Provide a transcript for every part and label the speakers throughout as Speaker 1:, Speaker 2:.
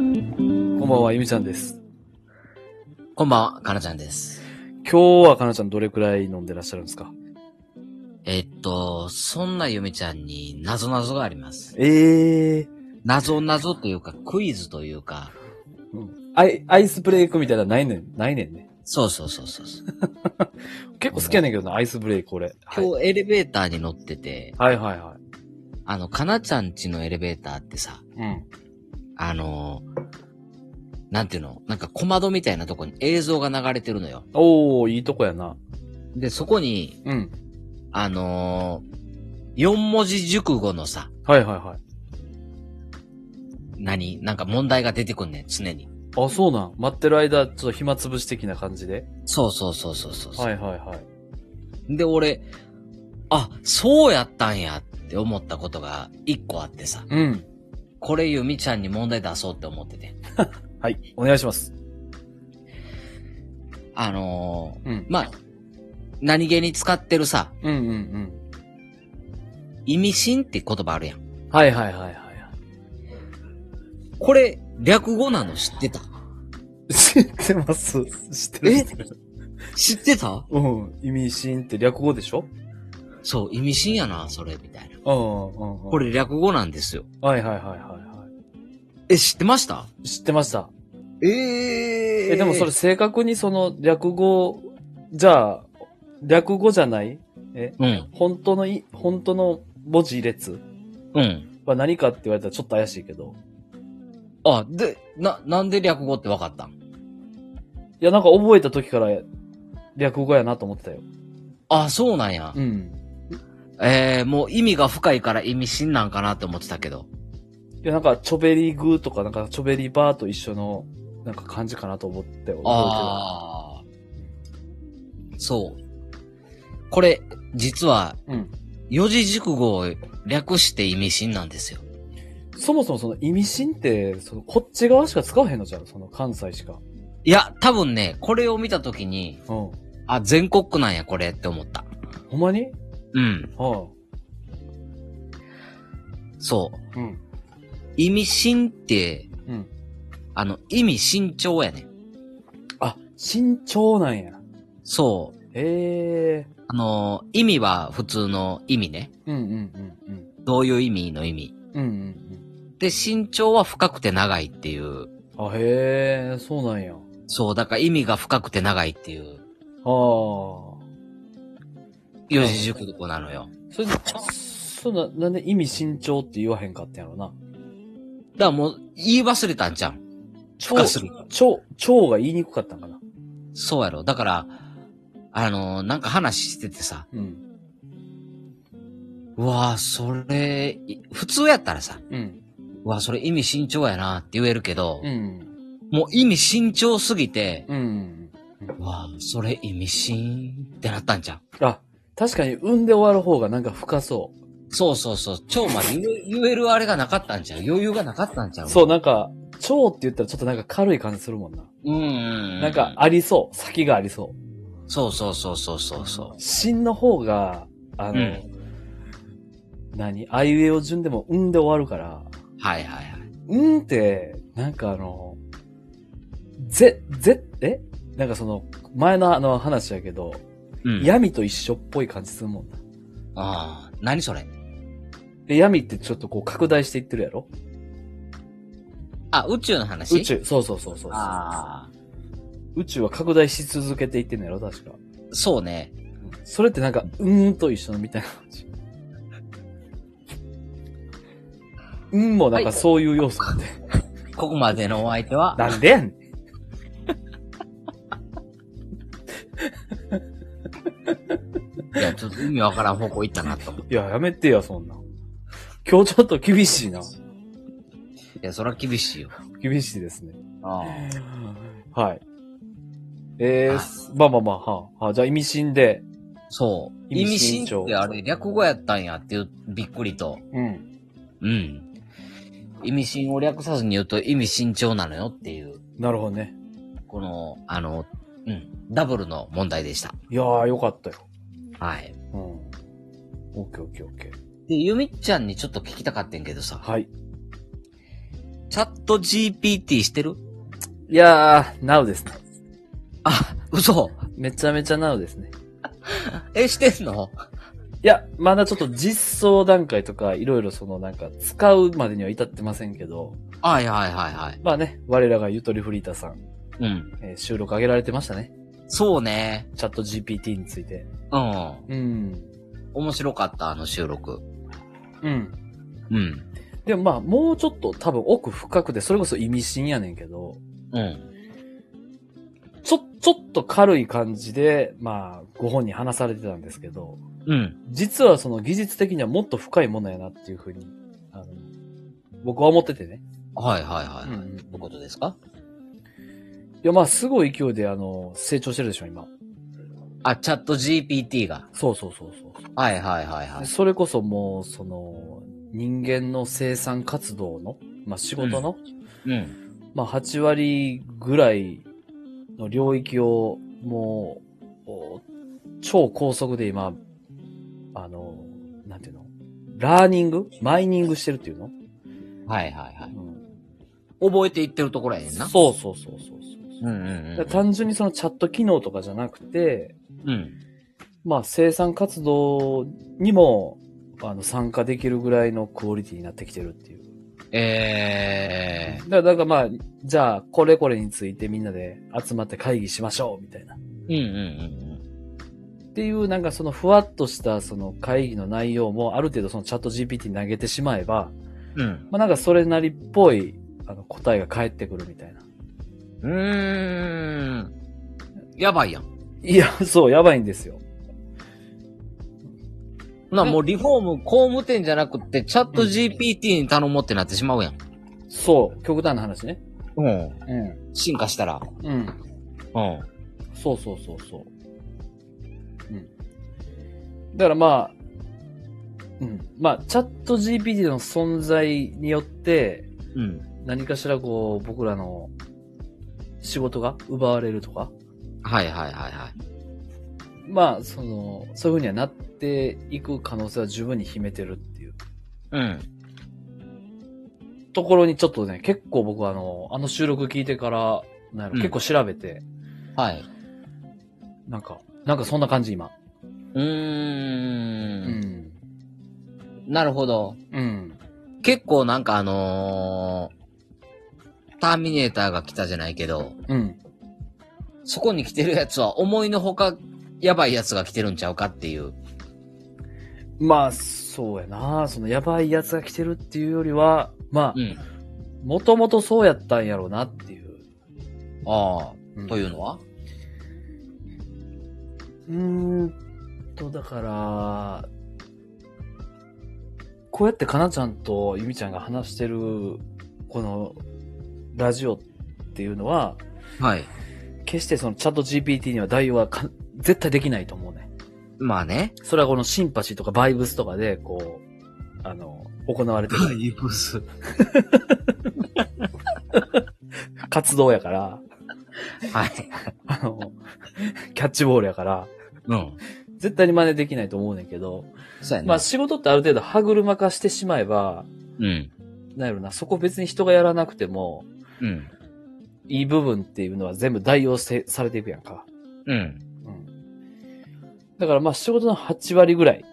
Speaker 1: こんばんは、ゆみさんです。
Speaker 2: こんばんは、かなちゃんです。
Speaker 1: 今日はかなちゃんどれくらい飲んでらっしゃるんですか
Speaker 2: えっと、そんなゆめちゃんに謎謎があります。
Speaker 1: ええ
Speaker 2: 謎謎というか、クイズというか、
Speaker 1: アイ、アイスブレイクみたいなのないねん、ないねんね。
Speaker 2: そうそうそうそうそう。
Speaker 1: 結構好きやねんけどな、アイスブレイク俺。はい。
Speaker 2: 今日エレベーターに乗ってて、
Speaker 1: はいはいは
Speaker 2: あの、かなちゃんちのエレベーターってさ、
Speaker 1: い。うん。
Speaker 2: あのなんていうのなんか小窓みたいなとこに映像が流れてるのよ。
Speaker 1: おー、いいとこやな。
Speaker 2: で、そこに、
Speaker 1: うん。
Speaker 2: あのー、4文字熟語のさ、
Speaker 1: はいはいは
Speaker 2: 何なんか問題が出てくんねん、常に。
Speaker 1: い。あ、そうなん。待ってる間、ちょっと暇つぶし的な感じで。
Speaker 2: そうそうそうそうそうそう。
Speaker 1: はいはいはい。
Speaker 2: で、俺、あ、そうやったんやって思ったことが一個あってさ、
Speaker 1: うん。
Speaker 2: これゆみちゃんに問題出そうって思ってて。
Speaker 1: はい。お願いします。
Speaker 2: あの
Speaker 1: うん
Speaker 2: ー、。まあ、何気に使ってるさ、
Speaker 1: うんうんうん。
Speaker 2: 意味深って言葉あるやん。
Speaker 1: はいはいはいはい。
Speaker 2: これ、略語なの知ってた
Speaker 1: 知ってます。知ってる。
Speaker 2: 知ってた
Speaker 1: うん。意味深って略語でしょ
Speaker 2: そう、意味深やな、それ、みたいな。
Speaker 1: うんうんうん。
Speaker 2: こ。れ略語なんですよ。
Speaker 1: はいはいはいはいは
Speaker 2: え、知ってました
Speaker 1: い。知ってました。
Speaker 2: ええ
Speaker 1: え、でもそれ、正確にその略語、じゃあ、略語じゃない
Speaker 2: うん、
Speaker 1: 本当のい、本当の文字列
Speaker 2: うん。
Speaker 1: は何かって言われたらちょっと怪しいけど。
Speaker 2: あ、で、な、なんで略語って分かったん
Speaker 1: いや、なんか覚えた時から略語やなと思ってたよ。
Speaker 2: あ、そうなんや。
Speaker 1: うん。
Speaker 2: えー、もう意味が深いから意味深なんかなって思ってたけど。
Speaker 1: いや、なんか、ちょべりぐーとか、なんか、ちょべりばーと一緒の、なんか感じかなと思って覚えてる。
Speaker 2: ああ。そう。これ、実は、
Speaker 1: うん。
Speaker 2: 四字熟語を略して意味深なんですよ。
Speaker 1: そもそもその意味深って、そのこっち側しか使わへんのじゃんその関西しか。
Speaker 2: いや、多分ね、これを見たときに、
Speaker 1: うん。ほ
Speaker 2: あ、全国区なんや、これって思った。
Speaker 1: んまに
Speaker 2: うん。
Speaker 1: は
Speaker 2: そう。
Speaker 1: あ。うん。
Speaker 2: 意味深って、
Speaker 1: うん。
Speaker 2: あの、意味慎重やね。
Speaker 1: あ、慎重なんや。
Speaker 2: そう。
Speaker 1: ええ
Speaker 2: あの、意味は普通の意味ね。
Speaker 1: うんうんうんうん。
Speaker 2: どういう意味の意味。
Speaker 1: うんうん
Speaker 2: で、慎重は深くて長いっていう。
Speaker 1: うん。あ、へえ、そうなんや。あ
Speaker 2: そう、だから意味が深くて長いっていう、
Speaker 1: あ。そ
Speaker 2: 四字熟語なのよ。
Speaker 1: れで、そんな、なんで意味慎重って言わへんかったんやろな。
Speaker 2: だからもう、言い忘れたんじゃん。
Speaker 1: 超
Speaker 2: 深する。
Speaker 1: 超、超が言いにくかったんかな。
Speaker 2: そうやろ。だから、あのーなんか話しててさ、
Speaker 1: うん。
Speaker 2: うわぁ、それ、い普通やったらさ、
Speaker 1: うん。
Speaker 2: うわぁ、それ意味慎重やなって言えるけど、
Speaker 1: うん。
Speaker 2: もう意味慎重すぎて、
Speaker 1: うん。
Speaker 2: うわぁ、それ意味深ってなったんじゃん。
Speaker 1: あ、確かに産んで終わる方がなんか深そ
Speaker 2: そうそうそう、超まで言 え言えるあれがなかったんじゃん。余裕がなかったんじゃ
Speaker 1: う。
Speaker 2: ん。
Speaker 1: そう、なんか、超って言ったらちょっとなんか軽い感じするもんな。
Speaker 2: うんうん。
Speaker 1: なんか、ありそう。先がありそう。
Speaker 2: そうそうそうそうそうそう。
Speaker 1: 芯の方が、あの、
Speaker 2: うん
Speaker 1: 何あいうえお順でも、うんで終わるから、
Speaker 2: はいはいはい。
Speaker 1: うんって、なんかあの、ぜ、ぜ、えなんかその、前のあの話やけど、
Speaker 2: うん。
Speaker 1: 闇と一緒っぽい感じするもんな。
Speaker 2: ああ、何それ
Speaker 1: で、闇ってちょっとこう拡大していってるやろ
Speaker 2: あ、宇宙の話
Speaker 1: 宇宙、そうそうそうそう
Speaker 2: ああ、
Speaker 1: 宇宙は拡大し続けていってんのやろ確か。
Speaker 2: そうね。
Speaker 1: それってなんか、うーんと一緒のみたいな感 じ。うんもなんかそういう要素なんで。
Speaker 2: ここまでのお相手は、
Speaker 1: なんでやねん。
Speaker 2: いや、ちょっと意味わからん方向行ったなと思って。
Speaker 1: いや、やめてや、そんな。今日ちょっと厳しい な。
Speaker 2: いや、そら厳しいよ。
Speaker 1: 厳しいですね。
Speaker 2: あ
Speaker 1: はい。えー、まあまあまあ、はあ、はあ、じゃあ意味深で。
Speaker 2: あ、そう。
Speaker 1: 意
Speaker 2: 意
Speaker 1: 味
Speaker 2: 味
Speaker 1: 深
Speaker 2: 深
Speaker 1: 長
Speaker 2: ってあれ、略語やったんやっていう、びっくりと。
Speaker 1: うん。
Speaker 2: うん。意味深を略さずに言うと意味慎重なのよっていう、
Speaker 1: なるほどね。
Speaker 2: この、あの、うん、ダブルの問題でした。
Speaker 1: いやー、よかったよ。
Speaker 2: はい。
Speaker 1: うん。オッケーオッケーオッケー。
Speaker 2: で、ゆみっちゃんにちょっと聞きたかってんけどさ、
Speaker 1: はい。
Speaker 2: チャット GPT してる
Speaker 1: いやー、なおですね。
Speaker 2: あ、嘘。
Speaker 1: めちゃめちゃなおですね。
Speaker 2: え、してんの
Speaker 1: いや、まだちょっと実装段階とか、いろいろそのなんか使うまでには至ってませんけど、
Speaker 2: はいはいはいはい。
Speaker 1: まあね、我らがゆとりフリーターさん、
Speaker 2: うん。
Speaker 1: えー収録上げられてましたね。
Speaker 2: そうね。
Speaker 1: チャット GPT について。
Speaker 2: うん。
Speaker 1: うん。
Speaker 2: 面白かった、あの収録。
Speaker 1: うん。
Speaker 2: うん。
Speaker 1: でもまあ、もうちょっと多分奥深くで、それこそ意味深やねんけど、
Speaker 2: うん。
Speaker 1: ちょ、ちょっと軽い感じで、まあ、ご本人話されてたんですけど、
Speaker 2: うん。
Speaker 1: 実はその技術的にはもっと深いものやなっていうふうに、あの、僕は思っててね。
Speaker 2: はいはいはい。
Speaker 1: う
Speaker 2: は
Speaker 1: んうん
Speaker 2: いどういうことですか
Speaker 1: いや、まあ、すごい勢いで、あの、成長してるでしょ、今。
Speaker 2: あ、チャット GPT が。
Speaker 1: そうそうそうそう。
Speaker 2: はいはいはいは
Speaker 1: で
Speaker 2: い。
Speaker 1: それこそもう、その、人間の生産活動の、まあ、仕事の、
Speaker 2: うん。
Speaker 1: まあ、8割ぐらいの領域を、もう、お超高速で今、あの、なんていうのラーニングマイニングしてるっていうの、
Speaker 2: はいはいは
Speaker 1: うん
Speaker 2: い。覚えていってるところやねんな。
Speaker 1: そうそうそうそうそう
Speaker 2: う
Speaker 1: だか
Speaker 2: んうんう
Speaker 1: ら
Speaker 2: ん。
Speaker 1: 単純にそのチャット機能とかじゃなくて、
Speaker 2: うん。
Speaker 1: まあ生産活動にも、あの、参加できるぐらいのクオリティになってきてるっていう。
Speaker 2: え
Speaker 1: だから、だからまあ、じゃあ、これこれについてみんなで集まって会議しましょう、みたいな。っ
Speaker 2: ー。うんうん
Speaker 1: ていう、なんかそのふわっとしたその会議の内容も、ある程度そのチャット GPT に投げてしまえば、
Speaker 2: うんうん。
Speaker 1: まあなんかそれなりっぽい、あの、答えが返ってくるみたいな。
Speaker 2: うん。うーん。やばいやん。
Speaker 1: いや、そう、やばいんですよ。
Speaker 2: な、もうリフォーム工務店じゃなくて、チャット GPT に頼もうってなってしまうやん。
Speaker 1: そう、極端な話ね。
Speaker 2: うん。
Speaker 1: う
Speaker 2: 進化したら。
Speaker 1: ん。うん。
Speaker 2: うん。
Speaker 1: そうそうそうそう。うん。だからまあ、うん。まあ、チャット GPT の存在によって、
Speaker 2: うん。
Speaker 1: 何かしらこう、僕らの仕事が奪われるとか、
Speaker 2: はいはいはいはい。
Speaker 1: まあ、その、そういう風にはなっていく可能性は十分に秘めてるっていう
Speaker 2: うん。
Speaker 1: ところにちょっとね、結構僕はあの、あの収録聞いてから、なんやろ
Speaker 2: うん
Speaker 1: 結構調べて、
Speaker 2: はい。
Speaker 1: なんか、なんかそんな感じ今。
Speaker 2: うー。
Speaker 1: うんん。
Speaker 2: なるほど。
Speaker 1: うん。
Speaker 2: 結構なんかあのー、ターミネーターが来たじゃないけど、
Speaker 1: うん。
Speaker 2: そこに来てるやつは思いのほかやばいやつが来てるんちゃうかっていう。
Speaker 1: まあ、そうやな。その、やばい奴が来てるっていうよりは、まあ、
Speaker 2: ん。
Speaker 1: もともとそうやったんやろうなっていう。。
Speaker 2: ああ、といううのは
Speaker 1: うーんと、だから、こうやってかなちゃんとゆみちゃんが話してる、この、ラジオっていうのは、
Speaker 2: はい。
Speaker 1: 決してそのチャット GPT には代用はか 絶対できないと思うね。
Speaker 2: まあ ね。
Speaker 1: それはこのシンパシーとかバイブスとかで、こう、あの、行われてる
Speaker 2: イブス。
Speaker 1: 活動やから。
Speaker 2: はい。
Speaker 1: あの、キャッチボールやから、
Speaker 2: うん。
Speaker 1: 絶対に真似できないと思うねんけど、
Speaker 2: そうやね。
Speaker 1: まあ仕事ってある程度歯車化してしまえば、
Speaker 2: うん。
Speaker 1: なんやろな、そこ別に人がやらなくても、
Speaker 2: うん。
Speaker 1: いい部分っていうのは全部代用せされていくやんか。
Speaker 2: うん。
Speaker 1: うん。だからまあ仕事の8割ぐらい、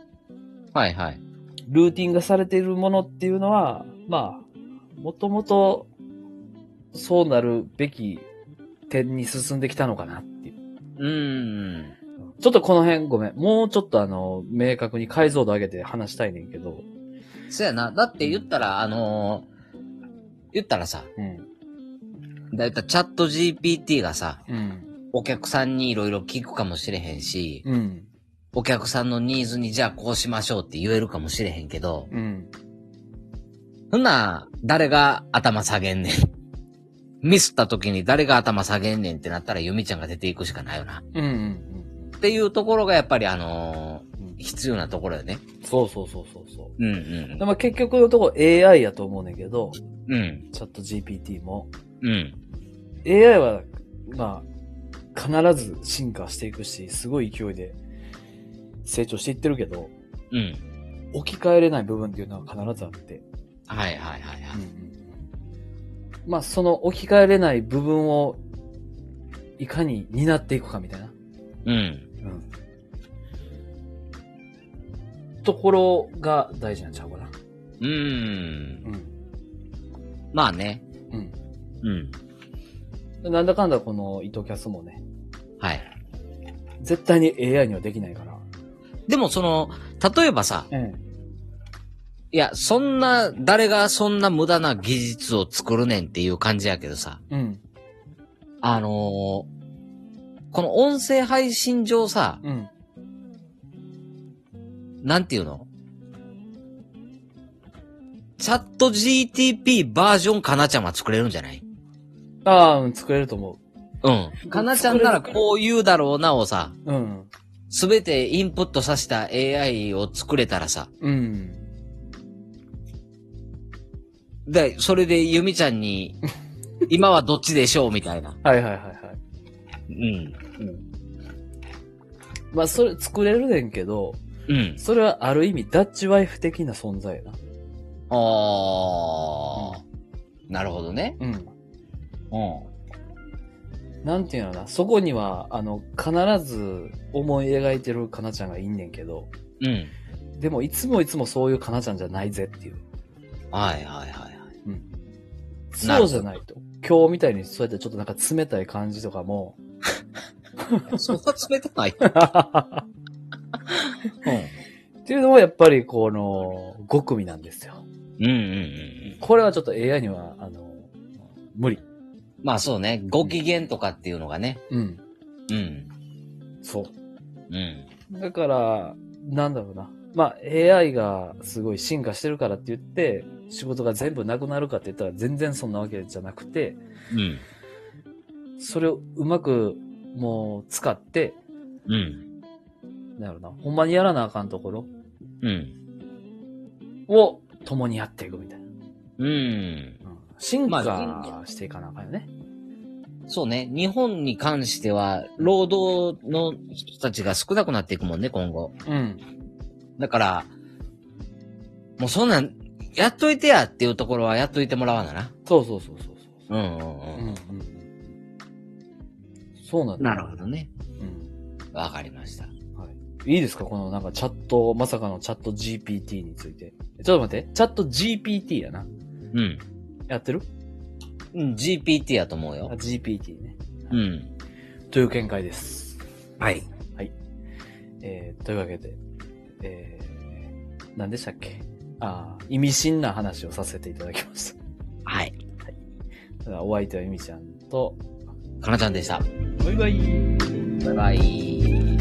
Speaker 2: はいはい。
Speaker 1: ルーティンがされているものっていうのは、まあ、もともと、そうなるべき点に進んできたのかなっていう。
Speaker 2: うーん。
Speaker 1: ちょっとこの辺ごめん。もうちょっとあの、明確に解像度上げて話したいねんけど。
Speaker 2: そうやな。だって言ったら、あのー、言ったらさ、
Speaker 1: うん。
Speaker 2: だいたいチャット GPT がさ、
Speaker 1: うん。
Speaker 2: お客さんにいろいろ聞くかもしれへんし、
Speaker 1: うん。
Speaker 2: お客さんのニーズにじゃあこうしましょうって言えるかもしれへんけど、
Speaker 1: うん。
Speaker 2: そんな、誰が頭下げんね ん。ミスった時に誰が頭下げんねんってなったらユミちゃんが出ていくしかないよな。
Speaker 1: うん。うん。
Speaker 2: っていうところがやっぱりあの
Speaker 1: うん
Speaker 2: ー必要なところよね。
Speaker 1: そうそうそうそうそう。
Speaker 2: うんう
Speaker 1: でまあ結局のとこ AI やと思うねんけど、
Speaker 2: ん。うん。
Speaker 1: チャット GPT も。
Speaker 2: うん。
Speaker 1: AI は、まあ、必ず進化していくし、すごい勢いで成長していってるけど、
Speaker 2: うん。
Speaker 1: 置き換えれない部分っていうのは必ずあって。
Speaker 2: はいはいはいはい。
Speaker 1: ん。まあ、その置き換えれない部分を、いかに担っていくかみたいな。
Speaker 2: うん。
Speaker 1: ところが大事なんちゃうかな。
Speaker 2: うー。
Speaker 1: うんん。
Speaker 2: まあね。
Speaker 1: うん。
Speaker 2: うん。
Speaker 1: なんだかんだこの糸キャスもね、
Speaker 2: はい。
Speaker 1: 絶対に AI にはできないから。
Speaker 2: でもその、例えばさ、
Speaker 1: うん。
Speaker 2: いや、そんな、誰がそんな無駄な技術を作るねんっていう感じやけどさ、
Speaker 1: うん。
Speaker 2: あのーこの音声配信上さ、
Speaker 1: うん。
Speaker 2: なんていうのチャット GTP バージョンかなちゃんは作れるんじゃない
Speaker 1: ああ、うん、作れると思
Speaker 2: うん。かなちゃんならこう言うだろうなをさ、
Speaker 1: う。うん。
Speaker 2: すべてインプットさせた AI を作れたらさ、
Speaker 1: うん。
Speaker 2: で、それでユミちゃんに、今はどっちでしょうみたいな。
Speaker 1: はいはいはいはい。
Speaker 2: うん。
Speaker 1: うん。まあ、それ作れるねんけど、
Speaker 2: うん。
Speaker 1: それはある意味ダッチワイフ的な存在やな。
Speaker 2: あー。なるほどね。
Speaker 1: うん。
Speaker 2: う
Speaker 1: なんていうのかな、そこには、あの、必ず思い描いてるかなちゃんがいんねんけど、
Speaker 2: ん。うん。
Speaker 1: でもいつもいつもそういうかなちゃんじゃないぜっていう。
Speaker 2: はいはいはいはい。なる
Speaker 1: そ
Speaker 2: ほど
Speaker 1: うじゃないと。今日みたいにそうやってちょっとなんか冷たい感じとかも、
Speaker 2: そんな冷たない。
Speaker 1: っ
Speaker 2: う
Speaker 1: ていうのはやっぱりこの5組なんですよ。
Speaker 2: ん。うんうんうん。
Speaker 1: これはちょっと AI には、あの、無理。
Speaker 2: まあそうね。ご機嫌とかっていうのがね。
Speaker 1: うん。
Speaker 2: うん。
Speaker 1: そう。
Speaker 2: うん。
Speaker 1: だから、なんだろうな。まあ、AI がすごい進化してるからって言って、仕事が全部なくなるかって言ったら全然そんなわけじゃなくて、
Speaker 2: うん。
Speaker 1: それをうまくもう使って、
Speaker 2: うん。
Speaker 1: なんだろうな、ほんまにやらなあかんところ
Speaker 2: うん。
Speaker 1: を共にやっていくみたいな。
Speaker 2: うん。
Speaker 1: うん、進
Speaker 2: ま
Speaker 1: 化していかなあかんよね。
Speaker 2: そうね。日本に関しては、労働の人たちが少なくなっていくもんね、今後。
Speaker 1: うん。
Speaker 2: だから、もうそんなん、やっといてやっていうところはやっといてもらわなな。
Speaker 1: そうそうそうそうそうう。
Speaker 2: んう
Speaker 1: う
Speaker 2: ん
Speaker 1: ん
Speaker 2: う。
Speaker 1: うんんそうなんだ。
Speaker 2: なるほどね。
Speaker 1: うん
Speaker 2: わかりました。
Speaker 1: いいですかこのなんかチャット、まさかのチャット GPT について。ちょっと待って、チャット GPT やな。
Speaker 2: うん。
Speaker 1: やってる
Speaker 2: うん、GPT やと思う
Speaker 1: あ
Speaker 2: よ。
Speaker 1: ?GPT ね。
Speaker 2: うん。
Speaker 1: という見解です。
Speaker 2: はい。
Speaker 1: えー、というわけで、えー、何でしたっけああ、意味深な話をさせていただきました。
Speaker 2: はい。
Speaker 1: ただお相手は意味ちゃんと、
Speaker 2: かなちゃんでした。
Speaker 1: バイバイ。
Speaker 2: バイバイ。